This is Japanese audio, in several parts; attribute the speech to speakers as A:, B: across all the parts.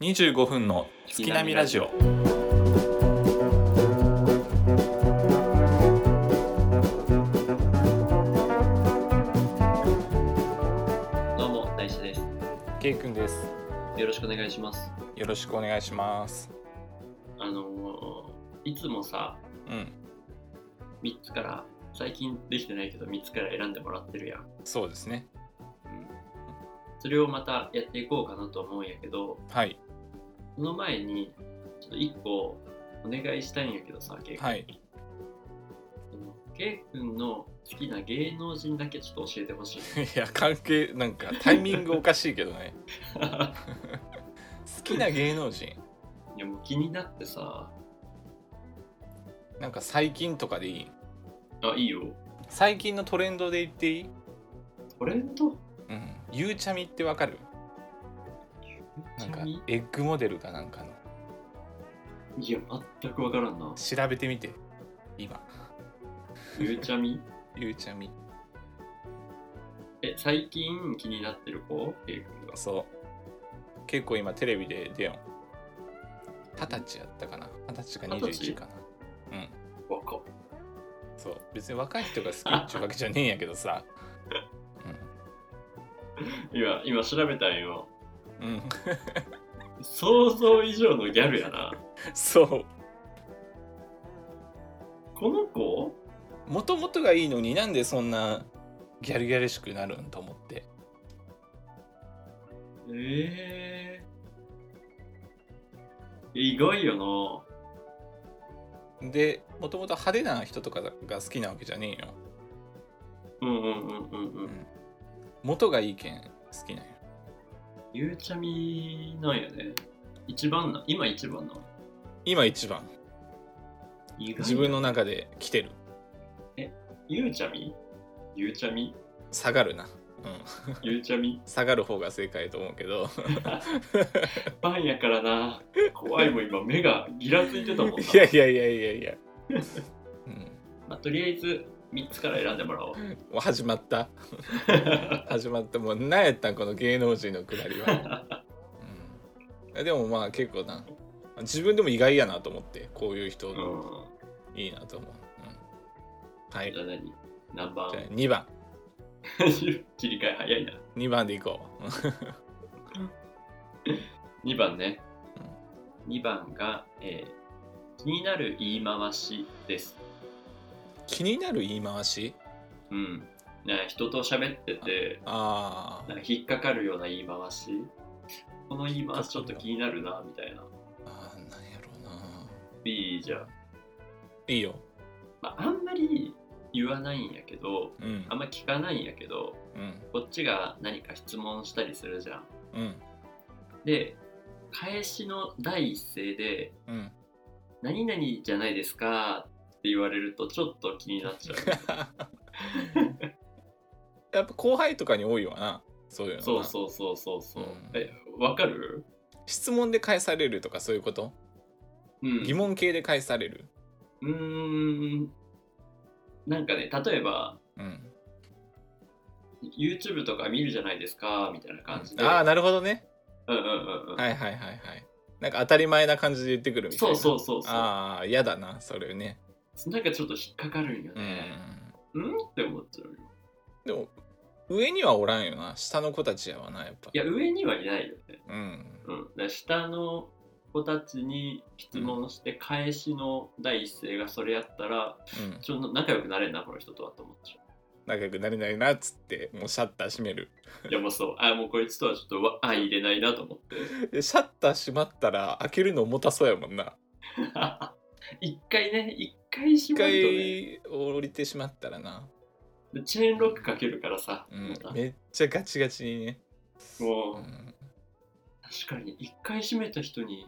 A: 25分の月並みラジオ
B: どうも大志です。
A: ケイくんです
B: よろしくお願いします。
A: よろしくお願いします
B: あのーいつもさ
A: うん
B: 3つから最近できてないけど3つから選んでもらってるやん。
A: そうですね
B: それをまたやっていこうかなと思うんやけど
A: はい
B: その前にちょっと1個お願いしたいんやけどさケイ君。
A: はい
B: そのケイ君の好きな芸能人だけちょっと教えてほしい。
A: いや関係なんかタイミングおかしいけど ね好きな芸能人
B: いやもう気になってさ
A: なんか最近とかでいい
B: あいいよ
A: 最近のトレンドで言っていい
B: トレンド
A: うんゆうちゃみってわかるなんか
B: い
A: エッグモデルかなんかの
B: や全く分からんな。
A: 調べてみて今
B: ゆうちゃみ
A: ゆうちゃみ
B: え最近気になってる子ケイ君が。
A: そう結構今テレビで出よん二十歳やったかな二十歳か
B: 二十歳
A: 21かなうん
B: 若っ
A: そう別に若い人が好きっていうわけじゃねえんやけどさ
B: 今今調べたんよ
A: うん、うん、
B: 想像以上のギャルやな
A: そう
B: この子
A: もともとがいいのになんでそんなギャルギャルしくなるんと思って
B: ええ意外よ
A: でもともと派手な人とかが好きなわけじゃねえよ
B: なうんうんうんうんうん
A: 元がいいけん好きなんよ
B: ゆうちゃみなんやね一番な今一番な
A: 今一番
B: 意外
A: 自分の中で来てる
B: ゆうちゃみゆうちゃみ
A: 下がるな、うん、
B: ゆうちゃみ
A: 下がる方が正解と思うけ ど
B: ファンやからな怖いもん今目がギラついてたもんない
A: やいやいやいや いや、う
B: まあ、とりあえず3つから選んでもらおう
A: ん、もう始まった 始まったもう何やったんこの芸能人のくだりは、うん、でもまあ結構な自分でも意外やなと思ってこういう人
B: うん
A: いいなと思う、うん、はい
B: じゃあ何何番
A: じゃあ2番
B: 切り替え早いな
A: 2番でいこう
B: 2番ね、2番が、えー気になる言い回しです
A: 気になる言い回し
B: うんね人と喋ってて
A: あ
B: なんか引っかかるような言い回しこの言い回しちょっと気になるなみたいな
A: ーあーなんやろうな
B: B じゃん、
A: いいよ
B: まあ、あんまり言わないんやけど
A: うん
B: あんま聞かないんやけど
A: うん
B: こっちが何か質問したりするじゃん
A: うん
B: で返しの第一声で
A: うん
B: 「何々じゃないですか」って言われるとちょっと気になっちゃう
A: やっぱ後輩とかに多いわなそういうのな
B: そうそうそうそうそう、
A: うん
B: えわかる、
A: 質問で返されるとかそういうこと、
B: うん、
A: 疑問系で返される
B: うーんなんかね例えば
A: うん、
B: YouTube とか見るじゃないですかみたいな感じで、
A: ああなるほどね
B: うんうんうんうん、
A: はいはいはいはいなんか当たり前な感じで言ってくるみたい
B: そ
A: な
B: うそううそうそ
A: ああ嫌だなそれね
B: うなんかちょっと引っかかるんよ
A: うん
B: ね、うん、って思っちゃうよ
A: でも上にはおらんよな下の子たちやわなやっぱ
B: いや上にはいないよね、
A: うん
B: うん、だから下の子たちに質問して返しの第一声がそれやったら、
A: うん
B: ちょっと仲良くなれんなこの人とはと思っちゃ
A: 仲良くなれないなっつってもうシャッター閉める
B: ういやもうそうあもうこいつとはちょっとわ相入れないなと 思って
A: でシャッター閉まったら開けるの重たそうやもんな
B: 一回ね一回し
A: 一
B: まうとね
A: 回降りてしまったらな、
B: でチェーンロックかけるからさ、
A: うん
B: また、
A: めっちゃガチガチにね、
B: もう、
A: うん
B: 確かに一回閉めた人に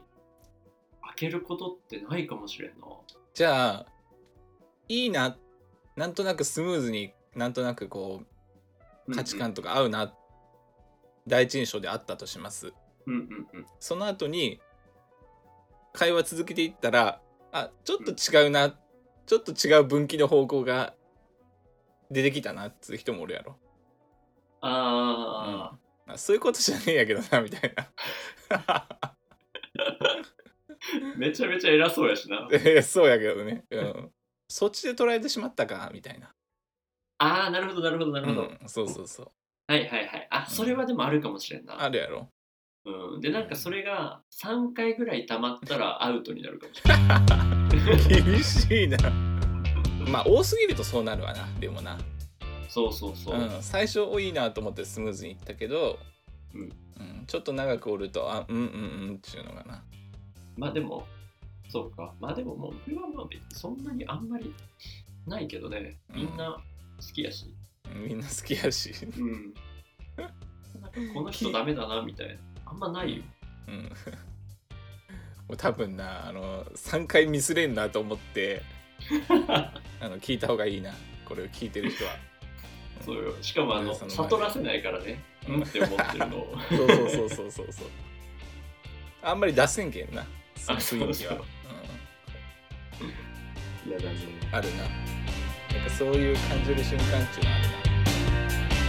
B: 開けることってないかもしれんな
A: じゃあいいななんとなくスムーズになんとなくこう価値観とか合うな、第一印象であったとします
B: うんうんうん
A: その後に会話続けていったらあちょっと違うな、ちょっと違う分岐の方向が出てきたなっつう人もおるやろ、
B: あ
A: うんあそういうことじゃねえやけどなみたいな
B: めちゃめちゃ偉そうやしな。
A: えそうやけどね、うん、そっちで捉えてしまったかみたいな
B: ああ、なるほど、なるほど、なるほど。
A: うん、そうそうそう
B: はいはいはい。あ、それはでもあるかもしれんな。
A: あるやろ
B: うん、で、なんかそれが3回ぐらい溜まったらアウトになるかもしれ ない。
A: 厳しいなまあ多すぎるとそうなるわなでもな、
B: そうそうそう
A: う。ん、最初多いなと思ってスムーズにいったけど、
B: うん
A: うんちょっと長くおるとあうんうんうんっていうのがな
B: まあでも、そうか。まあでももう、俺はまあ別にそんなにあんまりないけどね。みんな好きやし。
A: みんな好きやし、
B: うん。なんかこの人ダメだなみたいな。あんまないよ。
A: うん、もう 多分なあの3回ミスれんなと思 ってあの聞いた方がいいなこれを聞いてる人は
B: そうよ。しかもあの、
A: その前
B: 悟らせないからね。うんって思ってるのを。
A: そうそうそうそうそうそう あんまり出せんけんなその
B: あ
A: 雰囲気は
B: そう いやだね。
A: うん、あるななんかそういう感じる瞬間っていうのはあるな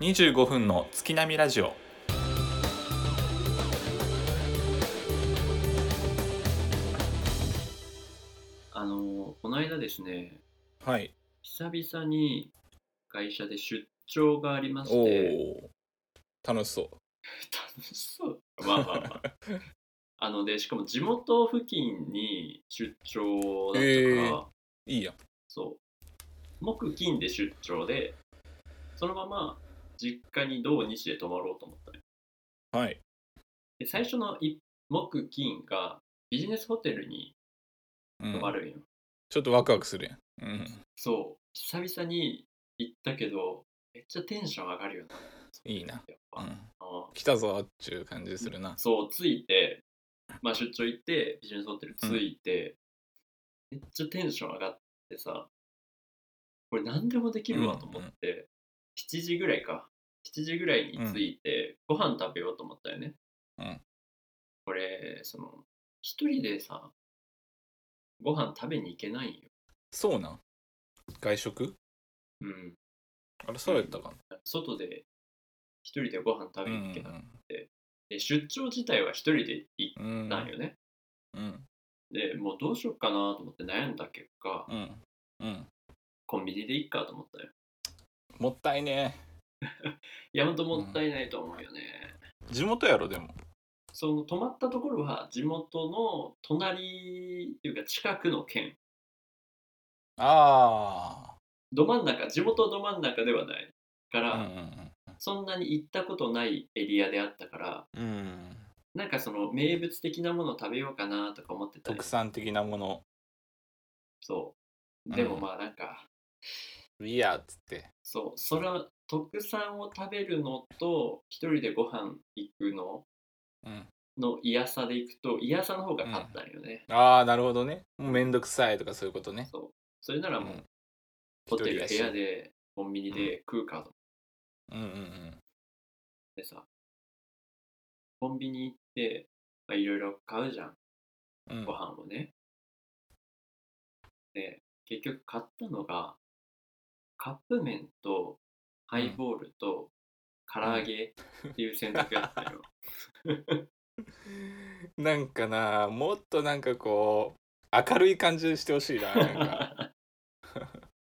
A: 25分の月並みラジオ
B: あの、この間ですね、
A: はい
B: 久々に会社で出張がありまし
A: お
B: て、
A: お楽しそう
B: 楽しそう。まあまあ まあ。あので、しかも地元付近に出張だったから、
A: へえいいやん
B: そう。木金で出張で、そのまま実家に土日で泊まろうと思ったね。
A: はい
B: で最初のい木金がビジネスホテルに
A: うん
B: 泊まるんよ。
A: ちょっとワクワクするやん、うん、
B: そう。久々に行ったけど、めっちゃテンション上がるよな。
A: いいな
B: やっ
A: う
B: ぱ。
A: ん、
B: あ
A: 来たぞっちゅう感じするな
B: そう、着いて、まあ、出張行って、ビジネスホテル着いて、めっちゃテンション上がってさ、これ何でもできるわと思って、7時ぐらいか、7時ぐらいに着いて、ご飯食べようと思ったよね。
A: うん
B: これ、その、一人でさ、ご飯食べに行けないよ。
A: そうなん外食
B: うん。
A: あれそうやったか
B: 外で一人でご飯食
A: なう
B: べ
A: ん
B: に行けない。で出張自体は一人で行
A: うんうん
B: ったんよね。
A: うん
B: で、もうどうしようかなと思って悩んだ結果、
A: うんうん
B: コンビニでいいかと思ったよ。
A: もったいね
B: いや、ほんともったいないと思うよね。
A: 地元やろでも
B: その泊まったところは地元の隣っていうか近くの県。
A: あ
B: ど真ん中、地元ど真ん中ではないか
A: あ
B: ら、
A: うんうん
B: そんなに行ったことないエリアであったから、
A: うんうん
B: なんかその名物的なものを食べようかなとか思ってたり
A: 特産的なもの
B: そう。
A: うん
B: でもまあなんか、
A: いいやっつって
B: そう、それは特産を食べるのと、一人でご飯行くの
A: うん
B: の嫌さで行くと、嫌さの方があったんよね。
A: ああなるほどねもうめんどくさいとかそういうことね
B: そう。それならもう、
A: うん
B: ホテル
A: 一
B: 部
A: 人やし
B: 屋でコンビニで食うかと思っ
A: うんうんうん
B: てさ、コンビニ行って、まあ、いろいろ買うじゃん、
A: うん
B: ご飯をね。で、結局買ったのが、カップ麺とハイボールと唐揚げっていう選択だった よ。
A: なんかなもっとなんかこう明るい感じしてほしいななん か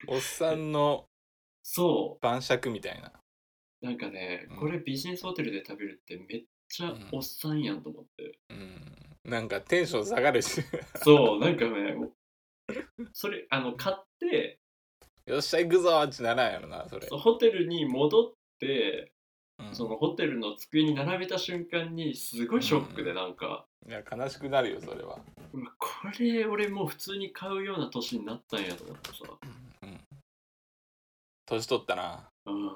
A: おっさんの
B: そ
A: 晩酌みたいな
B: う、なんかね
A: うん、
B: これビジネスホテルで食べるってめっちゃおっさんやんと思って。
A: うんなんかテンション下がるし
B: そう、なんかね、それ、あの、買って、
A: よっしゃ行くぞーってならんやろなそれ
B: そうホテルに戻って
A: うん
B: そのホテルの机に並べた瞬間にすごいショックでなんか、
A: いや悲しくなるよそれは
B: うわこれ俺もう普通に買うような年になったんやと思ってさ、
A: うん年取ったな
B: うん、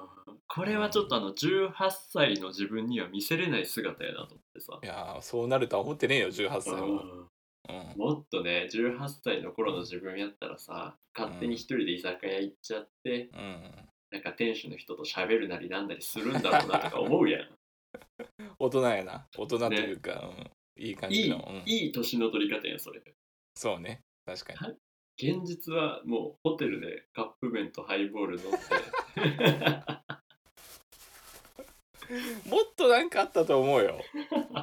B: これはちょっとあの18歳の自分には見せれない姿やなと思ってさ
A: い、やーそうなるとは思ってねえよ18歳
B: う
A: は
B: ん
A: うん
B: もっとね18歳の頃の自分やったらさ勝手に一人で居酒屋行っちゃって、
A: うん
B: なんか店主の人と喋るなりなんなりするんだろうなとか思うやん
A: 大人やな大人というか、うん、いい感
B: い
A: じ
B: い
A: の、うん
B: いい年の取り方やんそれ
A: そうね確かに
B: 現実はもうホテルでカップ麺とハイボール飲んで
A: もっとなんかあったと思う よ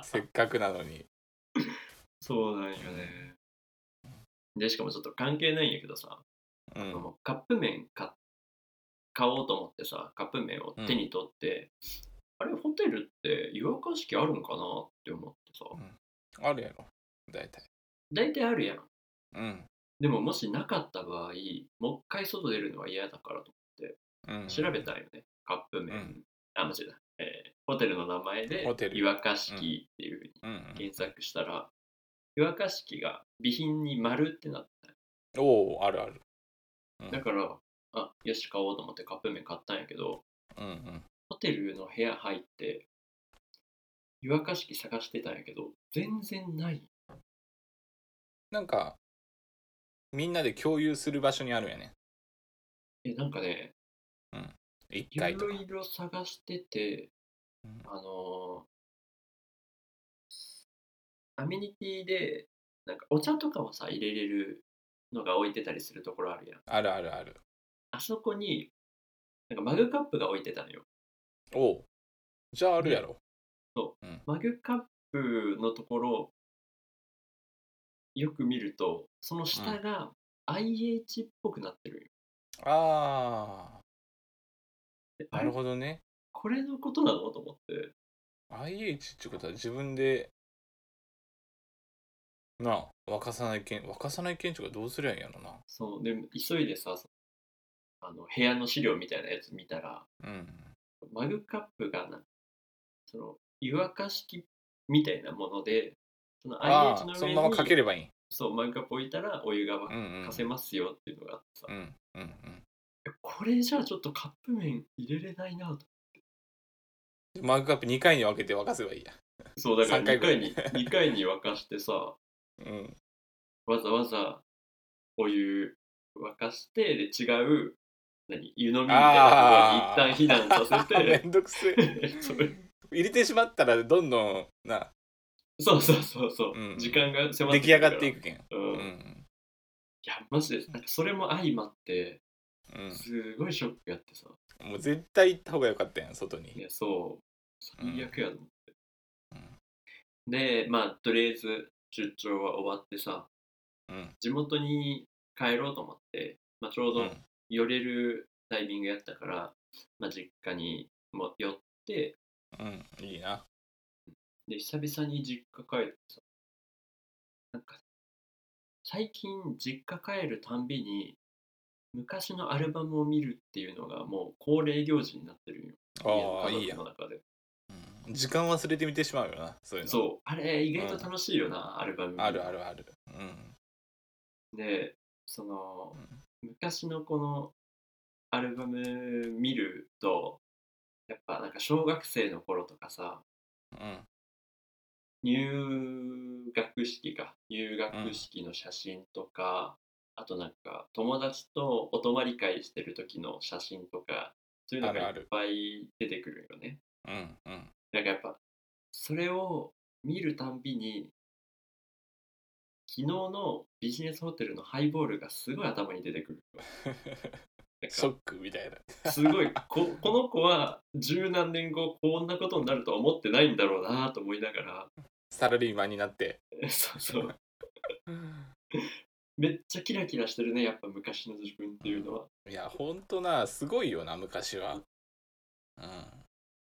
A: せっかくなのに
B: そうなんよねでしかもちょっと関係ないんやけどさ、
A: う
B: あ
A: ん
B: のカップ麺買買おうと思ってさカップ麺を手に取って、あれホテルって湯沸かし器あるんかなって思ってさ
A: あるやろ大体
B: 大体あるやん
A: うん
B: でももしなかった場合もう一回外出るのは嫌だからと
A: うん
B: 調べたんよね、カップ麺、
A: うん
B: あ間違えた、えーホテルの名前で
A: ホテル
B: 湯沸かし器っていうふうに
A: うんうん
B: 検索したら、湯沸かし器が備品に丸ってなってたよ
A: おおあるあるうん
B: だからあよし買おうと思ってカップ麺買ったんやけど
A: うんうん
B: ホテルの部屋入って湯沸かし器探してたんやけど全然ない
A: なんかみんなで共有する場所にあるんやね
B: えなんかねい
A: 一
B: ろ
A: 回とか
B: いろ探してて
A: うん
B: あのーアメニティでなんかお茶とかをさ入れれるのが置いてたりするところあるやん
A: あるあるある
B: あそこになんかマグカップが置いてたのよ
A: おうじゃああるやろ
B: マグカップのところよく見るとその下が IH っぽくなってるよ
A: あ
B: で
A: あ
B: あ
A: な
B: れ
A: るほどね
B: これのことなのと思って
A: IH ってことは自分でなあ沸かさないけん沸かさないけんとかどうすりゃいいんやろな
B: そうで急いでさそのあの部屋の資料みたいなやつ見たら
A: うん
B: マグカップがなその湯沸かし器みたいなものでその
A: あ
B: IH
A: あ
B: の
A: そ
B: 上
A: のま
B: に
A: まかければいい
B: そうマグカップ置いたらお湯が
A: うん
B: 沸
A: うん
B: かせますよっていうのがあってさ、
A: うんうんうん
B: これじゃあちょっとカップ麺入れれないなと
A: マグカップ2回に分けて沸かせばいいや
B: そうだから
A: 三回
B: 2
A: ぐら
B: 回
A: い
B: に二回に沸かしてさ
A: うん
B: わざわざお湯沸かしてで違う何湯飲みみたい
A: あ
B: なところに一旦避難させ
A: あめ
B: て
A: んどくせえ
B: それ
A: 入れてしまったらどんどんな
B: そうそうそうそう、
A: うん
B: 時間が迫っ
A: 出
B: て
A: 来上がってい
B: く
A: くけん
B: るから、
A: う
B: うん
A: ん
B: いやマジでなんかそれも相まって
A: うん
B: すごいショックやってさ
A: もう絶対行った方が良かったやん外
B: い
A: に
B: やそう最悪やと思って、
A: うん
B: でまあとりあえず出張は終わってさ
A: うん
B: 地元に帰ろうと思って、まあ、ちょう
A: う
B: ど
A: ん
B: 寄れるタイミングやったから、まあ、実家にも寄って
A: うんいいな
B: で久々に実家帰ってさなんか最近実家帰るたんびに昔のアルバムを見るっていうのがもう恒例行事になってるんよ
A: ああ
B: 家の
A: いいや
B: 家族の中で
A: うん時間忘れてみてしまうよなそういうの
B: そうあれ意外と楽しいよな、アルバム見る
A: あるあるあるうん
B: でその昔のこのアルバム見るとやっぱなんか小学生の頃とかさ
A: うん
B: 入学式か入学式の写真とか、あとなんか友達とお泊まり会してる時の写真とかそういうのが
A: あ
B: い
A: るある
B: っぱい出てくるよね
A: うんうん
B: なんかやっぱそれを見るたんびに昨日のビジネスホテルのハイボールがすごい頭に出てくる なんか
A: ショックみたいな
B: すごいここの子は十何年後こんなことになるとは思ってないんだろうなと思いなが
A: サラリーマンになって
B: ら そうそうめっちゃキラキラしてるねやっぱ昔の自分っていうのは、
A: いやほんとなすごいよな昔はうん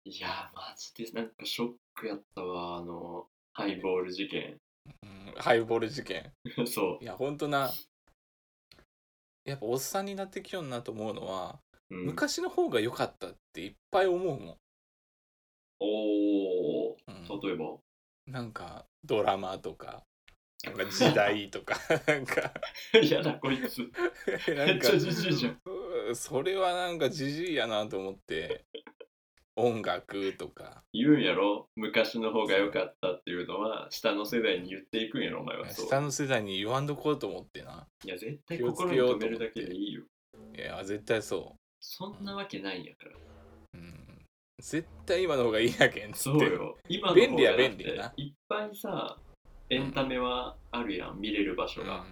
B: いやーマジでなんかショックやったわあのハイボール事件
A: うんハイボール事件
B: そ
A: いやほんとなやっぱおっさんになってきよんなと思うのは、
B: う、うん、
A: 昔の方が良かったっていっぱい思うもん、
B: おお
A: うん
B: 例えば
A: なんかドラマとかなんか時代とか なんか
B: 嫌だこいつ
A: な
B: め
A: ん
B: っ
A: か
B: ちゃじじいじゃん
A: うーそれはなんかじじいやなと思って音楽とか
B: 言うんやろ昔の方が良かったっていうのは下の世代に言っていくんやろお前はそう
A: 下の世代に言わんとこうと思ってない
B: や絶対
A: 気をつ
B: 心
A: け
B: に
A: ようと思
B: 留め
A: って
B: るだけでいいよ
A: いや絶対そ
B: そんなわけないんやから
A: う、うん、絶対今の方がいいやけんっつ
B: そ
A: っ
B: う
A: て
B: よ。今の
A: 便利や
B: 方がだって
A: 便利やない
B: っぱいさ、エンタメはあるやん、見れる場所
A: うん
B: が。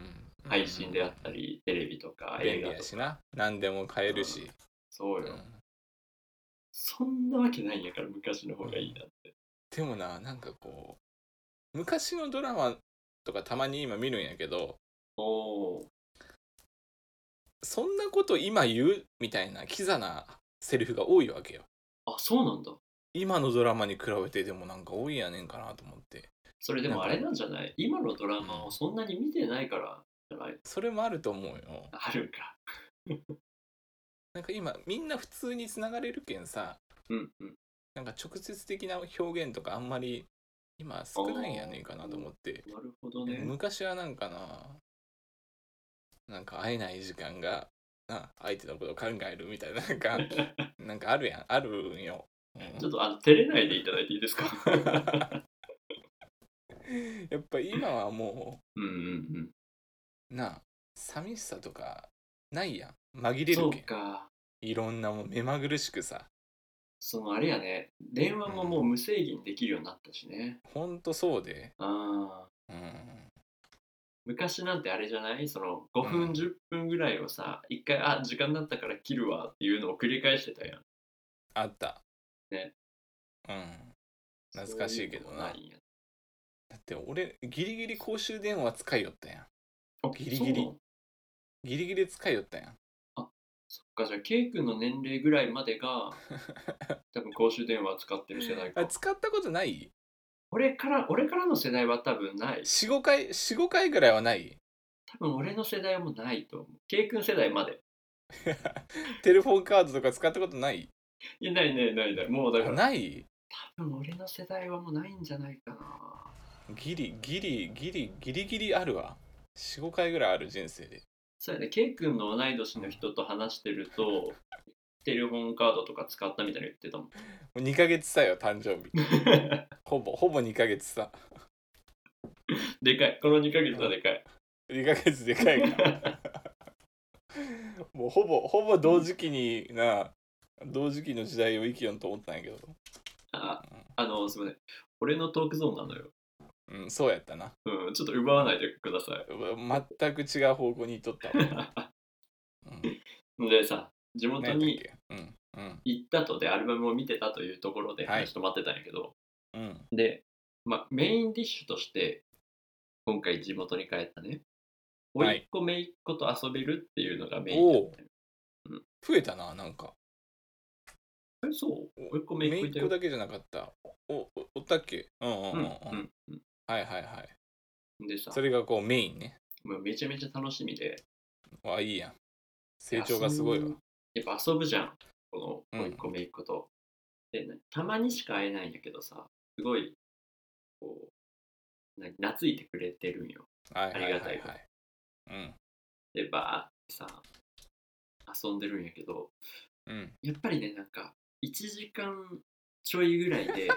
B: 配信であったり、テレビとか
A: 便
B: 映
A: 利
B: 画
A: や
B: と
A: し
B: か
A: な何でも買えるし、
B: そう
A: う
B: よ、
A: ん
B: そんなわけないんやから昔の方がいいなって
A: でもななんかこう昔のドラマとかたまに今見るんやけど
B: おお
A: そんなこと今言うみたいなキザなセリフが多いわけよ
B: あそうなんだ
A: 今のドラマに比べてでもなんか多いやねんかなと思って
B: それでもあれなんじゃない今のドラマをそんなに見てないからじゃない
A: それもあると思うよ
B: あるんか
A: なんか今みんな普通に繋がれるけんさ
B: うんうん
A: なんか直接的な表現とかあんまり今少ないんやねんかなと思って
B: なるほどね
A: 昔はなんかななんか会えない時間がな相手のことを考えるみたいななん かなんかあるやんあるんよ、うん
B: ちょっとあの照れないでいただいていいですか
A: やっぱ今はも
B: うんうん
A: うなあ寂しさとかないやん紛
B: う
A: れ
B: んそ
A: る
B: う
A: けん
B: か
A: いろんなもん目まぐるしくさ
B: そのあれやね電話ももう無制限できるようになったしね
A: ほんとそうで、
B: あー
A: うん、
B: 昔なんてあれじゃないその5
A: うん
B: 分10分ぐらいをさ一回あ時間だったから切るわっていうのを繰り返してたやん
A: あった
B: ね
A: うん懐かしいけどな
B: そううのもいんや
A: だって俺ギリギリ公衆電話使いよったやん
B: あ
A: ギリギリ
B: そうなの
A: ギリギリ使いよったやん
B: そっかじゃあ K 君の年齢ぐらいま でが多分公衆電話使ってる世代
A: あ
B: か
A: 使ったことない
B: 俺から俺からの世代は多分ない
A: ?45 回45回ぐらいはない
B: 多分俺の世代もないと思う K 君世代まで
A: テレフォンカードとか使ったことない
B: いやないないないないもうだか
A: あ
B: ら
A: ない
B: 多分俺の世代はもうないんじゃないかな
A: ギリギリギリギリギリあるわ45回ぐらいある人生で
B: そうやね K 君の同い年の人と話してるとテレフォンカードとか使ったみたいなの言ってたもん
A: もう2ヶ月差よ誕生 日ほぼほぼ2ヶ月差
B: でかいこの2ヶ月はでかい
A: 2ヶ月でかいから もうほぼほぼ同時期にな同時期の時代を生きよんと思ったんやけど
B: ああのすいません俺のトークゾーンなのよ
A: うんそうやったな
B: うんちょっと奪わないでください
A: 全く違う方向に行っとった わ、うん、
B: でさ地元
A: 何やっ
B: に
A: たっけうんうん
B: 行ったとでアルバムを見てたというところで
A: はい
B: 話止まってたんやけど、
A: うん
B: で、まあ、メインディッシュとして今回地元に帰ったね甥
A: はい
B: っ子姪っ子と遊べるっていうのがメインだったよ
A: 増えたななんか
B: えそう甥っ子姪
A: め
B: っ子
A: い
B: いた
A: っ
B: よ
A: 子だけじゃなかったおおおったっけうんうんうん、
B: う
A: うんん、
B: うん
A: はいはいはい
B: うんでさ
A: それがこうメインね
B: もうめちゃめちゃ楽しみで
A: わいいやん成長がすごいわ
B: やっぱ遊ぶじゃんこの
A: うん
B: 甥っ子姪っ子と、でなたまにしか会えないんやけどさすごいこうな懐いてくれてるんよ
A: はいはいはい
B: あ
A: はい
B: りがた
A: うん
B: でバーってさ遊んでるんやけど
A: うん
B: やっぱりねなんか1時間ちょいぐらい で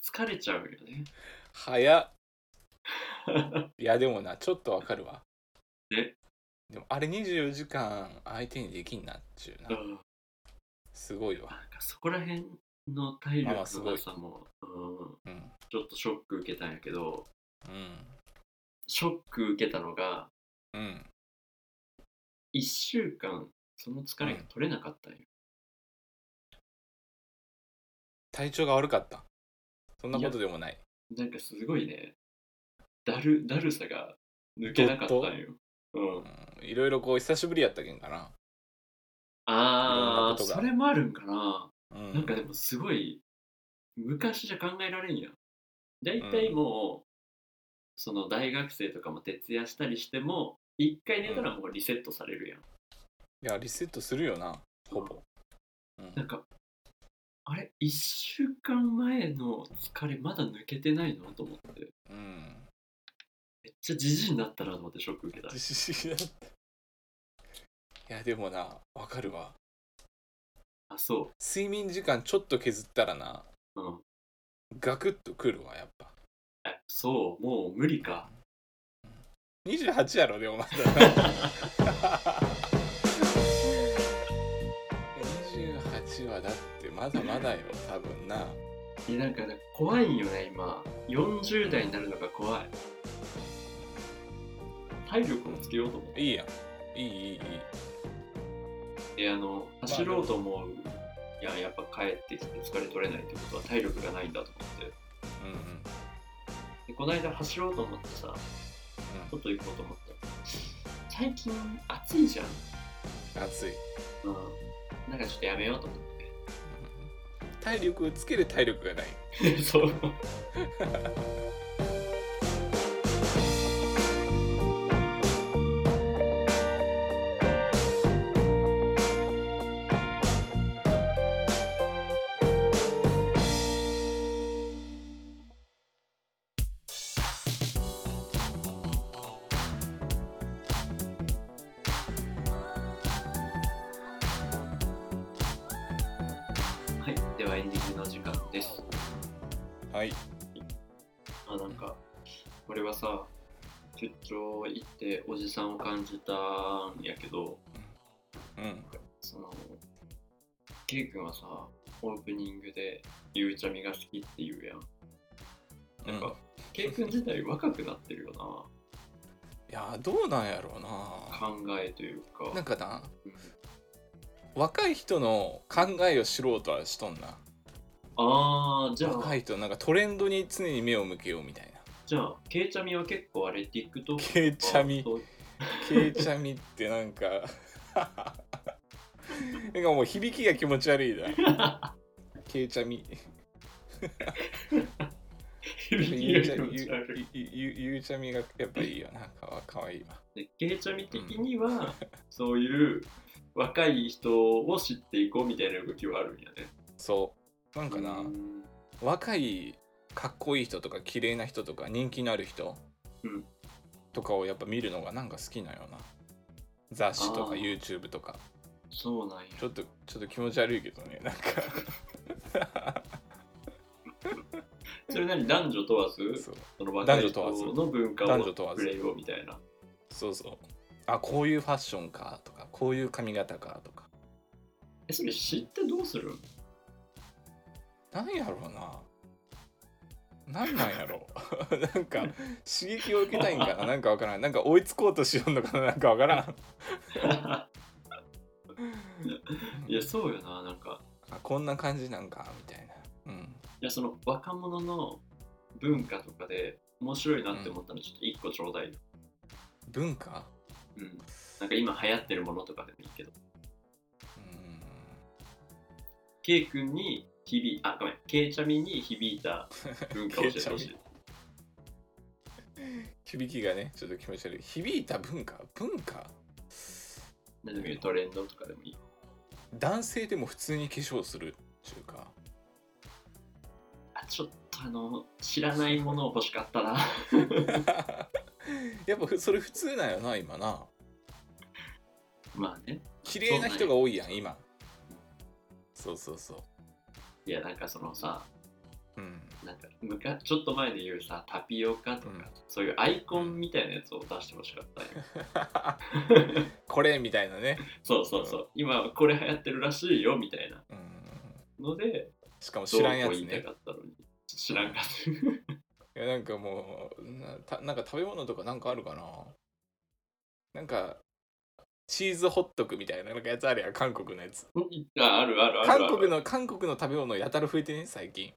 B: 疲れちゃうよね
A: 早 っいやでもなちょっとわかるわ
B: え
A: でもあれ24時間相手にできんなっちゅう
B: う
A: なんすごいわ
B: なんかそこら辺の体力
A: まあまあすご
B: の
A: い
B: なさも、うん、
A: うん
B: ちょっとショック受けたんやけど
A: うん
B: ショック受けたのが
A: うん
B: 1週間その疲れが取れなかったんよ、
A: 体調が悪かったそんなことでもない
B: なんかすごいねだるだるさが抜けなかったんよ、うん、
A: うんいろいろこう久しぶりやったけんかな
B: あ
A: いろんなこ
B: あ
A: とが
B: それもあるんかな
A: うん
B: なんかでもすごい昔じゃ考えられんやん。大体もう、その大学生とかも徹夜したりしても一回寝たらもうリセットされるやん。
A: いやリセットするよなほぼ、うん
B: なんかあれ1週間前の疲れまだ抜けてないのと思って
A: うん
B: めっちゃじじいになったなと思ってショック受けた。
A: 自信だったいやでもなわかるわ
B: あそ
A: 睡眠時間ちょっと削ったらな
B: う。うん。
A: ガクッとくるわやっぱ
B: えそうもう無理か。
A: 28やろでも まだ28はだってまだまだよ多分な
B: えなんかね怖いんよね今。40代になるのが怖い。体力をつけようと思って、
A: いいやんいいいいいい
B: であの走ろうと思う、いややっぱ帰ってきて疲れ取れないってことは体力がないんだと思って
A: うんうん
B: でこの間走ろうと思ってさ
A: う
B: 外行こうと思って最近暑いじゃん、
A: ん暑い
B: うん、なんかちょっとやめようと思って
A: 体力つける体力がない
B: そう。はい、ではエンディングの時間です。
A: はい
B: あなんか俺はさ出張行っておじさんを感じたんやけど
A: うん
B: その K 君はさオープニングでゆうちゃみが好きって言うやん
A: うん
B: なんか K 君自体若くなってるよ
A: いやどうなんやろう
B: な
A: な
B: 考えというか
A: なんかな
B: うん
A: 若い人の考えを知ろうとはしとんな
B: ああじゃあ、
A: 若い人なんかトレンドに常に目を向けようみたいな
B: じゃあ K ちゃみは結構あれ TikTok とか
A: K ちゃみ
B: そう
A: ケイちゃみってなんか なんかもう響きが気持ち悪いだ ケイちゃみ
B: 響き
A: ゆ
B: が
A: うちゃ
B: 気
A: み
B: 持ち悪い
A: ゆゆゆゆうちゃみがやっぱいいよなかわかわいいわ
B: でケイちゃみ的には、そういう若い人を知っていこうみたいな動きはあるんやね。
A: そうなんかな、
B: うん
A: 若いかっこいい人とか綺麗な人とか人気のある人、
B: うん
A: とかをやっぱ見るのがなんか好きなよな雑誌とか
B: あー
A: YouTube とか
B: そうなんや。
A: ちょっとちょっと気持ち悪いけどねなんか
B: それなり男女問わず、
A: そう
B: その若い
A: 男女問わ
B: 人
A: ず
B: の文化
A: 男
B: を
A: 女問わず
B: 触れようみたいな。
A: そうそうあこういうファッションかとかこういう髪型かとか
B: え、それ知ってどうするん
A: なんやろうななんなんやろう なんか刺激を受けたいんか ななんかわからんなんか追いつこうとしようのかななんかわからん
B: いや、そうよな。なんか、
A: あこんな感じなんかみたいなうん
B: いや、その若者の文化とかで面白いなって思ったのちょっと一個ちょうだいよ。
A: 文化
B: うん。なんか今流行ってるものとかでもいいけど。
A: うん
B: ケイ君に響いあ、ごめん。ケイちゃみに響いた 文化を教えてほ
A: ケ
B: し
A: イちゃ
B: い。
A: 響きがねちょっと気持ち悪い響いた文化文化
B: 何でもいいよトレンドとかでもいいよ。
A: 男性でも普通に化粧するっていうか
B: あちょっとあの知らないものを欲しかったな
A: やっぱふそれ普通なんよな今な
B: まあね
A: 綺麗な人が多いやん今そうそうそ
B: いやなんかそのさ
A: う うん
B: なんかむかちょっと前で言うさタピオカとか、
A: うん
B: そういうアイコンみたいなやつを出してほしかった よ
A: これみたいなね、
B: そうそうそう今これ流行ってるらしいよみたいな
A: うん、
B: ので
A: しかも
B: どう
A: 知
B: こ
A: らんや
B: う
A: つ
B: 言いた
A: ね
B: かったのに知らんかっ
A: いやなんかもうなたなんか食べ物とかなんかあるかななんかチーズホットクみたいななんかやつあるやん韓国のやつ
B: た ああるあるあるある
A: 韓国の韓国の食べ物やたら増えてね最近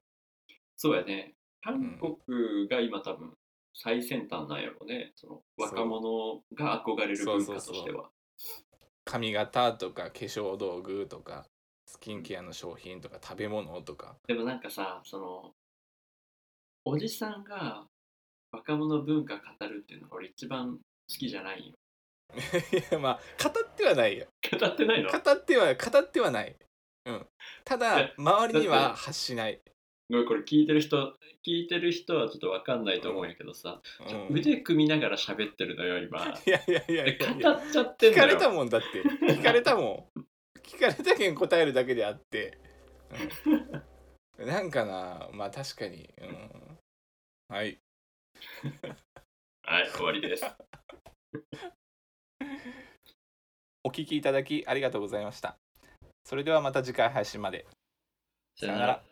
B: そうやね韓国が今多分最先端なんやろうねその若者が憧れる文化としては
A: そうそう髪型とか化粧道具とかスキンケアの商品とか食べ物とか
B: でもなんかさそのおじさんが若者文化語るっていうのが俺一番好きじゃないよ
A: いやまあ語ってはないよ
B: 語ってないの
A: 語っては語ってはない、うん、た
B: い
A: だ
B: や
A: 周りに
B: だ
A: は
B: って
A: 発しない、
B: ごめんこれ聞いてる人聞いてる人はちょっとわかんないと思うんやけどさ、
A: うん、い
B: 腕組みながら喋ってるのよ今
A: やいやいやい
B: で
A: やい
B: 語
A: や
B: っちゃって
A: 聞
B: ん
A: か
B: の
A: れた
B: よ
A: もんだって聞かれたもん聞かれたけん答えるだけであって、うん、なんかなまあ確かに、うん、はい
B: はい終わりです
A: お聞きいただきありがとうございましたそれではまた次回配信までさよなら